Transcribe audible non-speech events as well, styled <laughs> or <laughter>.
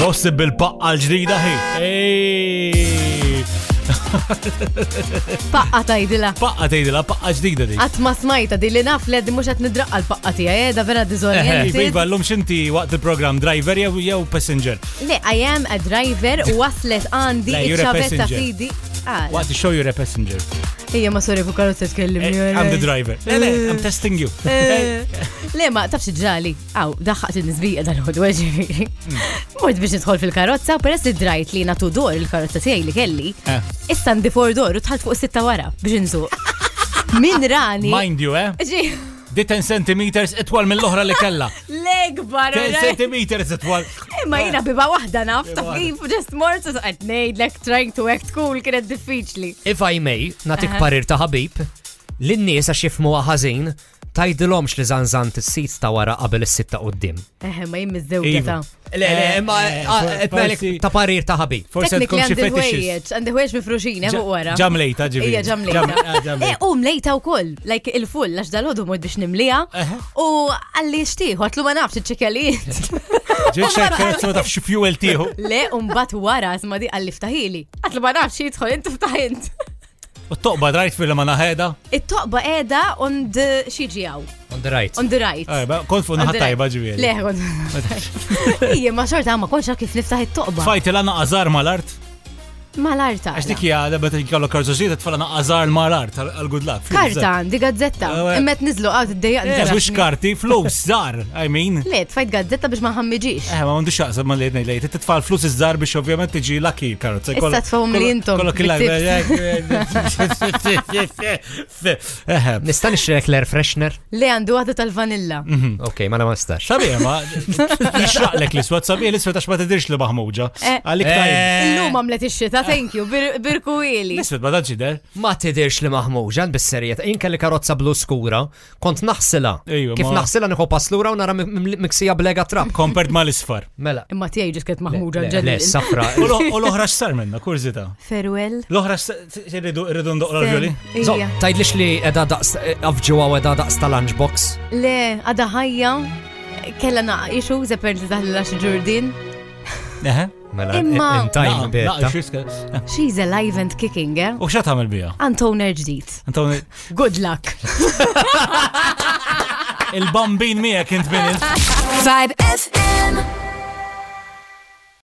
Rossi bil-paqqa l-ġdida hi. Ej! Paqqa tajdila. Paqqa tgħidilha paqqa ġdida di. Għat ma smajta di li naf led mux għat nidraqqa l-paqqa tija, jeda vera إيه، dizorientit. Eh, Iva, l-lum xinti waqt il-program driver jew jew passenger. Le, I am a driver, waslet għandi, Le, you're a iċċavetta passenger. fidi. آه، Waqt show you're a passenger. Ija ma sorry fu karozza tkellimni. Eh, I'm the driver. Le, le, I'm <laughs> إيه. testing you. Eh, Le, ma tafx ġali. Aw, daħħaqt il-nizbija dal-ħodwa ġifiri. Mort biex nidħol fil-karozza, u peress li drajt li natu dor il-karozza tiegħi li kelli. Eh. Issa ndi for dor u tħalt fuq sitta wara biex <laughs> nżuq. Min rani. Mind you, eh? Ġi, Di 10 centimeters itwal mill-oħra li <laughs> kella. l-ekbar. 10 centimeters itwal. Eh, Ma jina biba wahda naf, taf waħda. kif just mort, u għed nejdlek trying to act cool kienet diffiċli. If I may, natik parir ta' ħabib, l-nies għax jifmu ħażin, tajdilomx li zanzan t-sit ta' wara qabel is-sitta qoddim. Eħe, ma jimmi Iva. z-zewġa ta. Le, le, Eh, imma eh, ah, etmelek forsi- ta' parir ta' ħabib. Forse Technically tkun xi għandi fetishes. ħwejjeġ, għandi ħwejjeġ mifruxin, eħu eh, wara. Ġam lejta ġivi. Ija ġam lejta. Eh, <laughs> lejta. um lejta u koll, like il-full, għax dal-ħodu mod biex nimlija. U għalli xtiħu, għatlu ma nafx <laughs> iċċekjaliet. Ġiet xejn kerz ma tafx fuel tieħu. Le, un bat wara, zma di għalli ftaħili. Għatlu ma nafx jitħol, inti ftaħint. U toqba drajt fil-ma naħeda. It-toqba edha on the xieġijaw, On the right. on the right. Kont fuq On the right. naħattajba ġivi. Le, on <laughs> Ija, ma xorta ma konċa kif niftaħ it-toqba. Fajt il-għana għazar mal-art. Ma l-arta. Għax dik hija darba li jkollok karżoġiet tfalana għażar mal-art għal-good luck. flus Karta, żgħar. għandi gazzetta. Eh, we- Immet nizlu Eh, għawt Mhux id-dejja. karti, flus żar, I mean. Le, tfajt gazzetta biex ma ħammiġiġ. Eh, ma m'għandux jaqsam ma lejt lejt, titfal flus iż-żar biex ovvjament tiġi lucky karozza. Issa tfawhom li intom, Kollok il-lajk. Nista' nixrek l-air freshener? Le, għandu għadda tal-vanilla. Hmm. Ok, ma ma nistax. Sabiħ, ma nixraqlek l-iswat, sabiħ l-iswat għax ma tidirx li maħmuġa. Eh. Għalik tajn. Illum għamlet ix-xita, thank you, bir- birku ili. L-iswat ma daġi der. Ma tidirx li maħmuġan bis-serjet, jien kelli karozza blu skura, kont naħsila. Ejju, Kif ma- naħsila nħu paslura u nara mi- mi- miksija blega trap. Kompert ma l-isfar. Mela. Imma tiegħi ġis kienet maħmuġa Le, le, ġellil. safra. <laughs> U lo- u l-oħra x-sar minna, kurzita. Farewell. L-oħra x-ridu ndoqra l-violi? So, Ija. tajdlix li edha daqs, afġuwa u edha daqs tal-lunchbox. Le, għadha ħajja. Kella naqa ixu, zeper li taħlila xi ġurdin. Eħe. Mela, Imma- in time Naqqa, beta. xriska. Eh, She's alive and kicking, eh? U xa tagħmel bija? Antoner ġdid. Antoni, Good luck. il-bambin mija kint minn Vibe F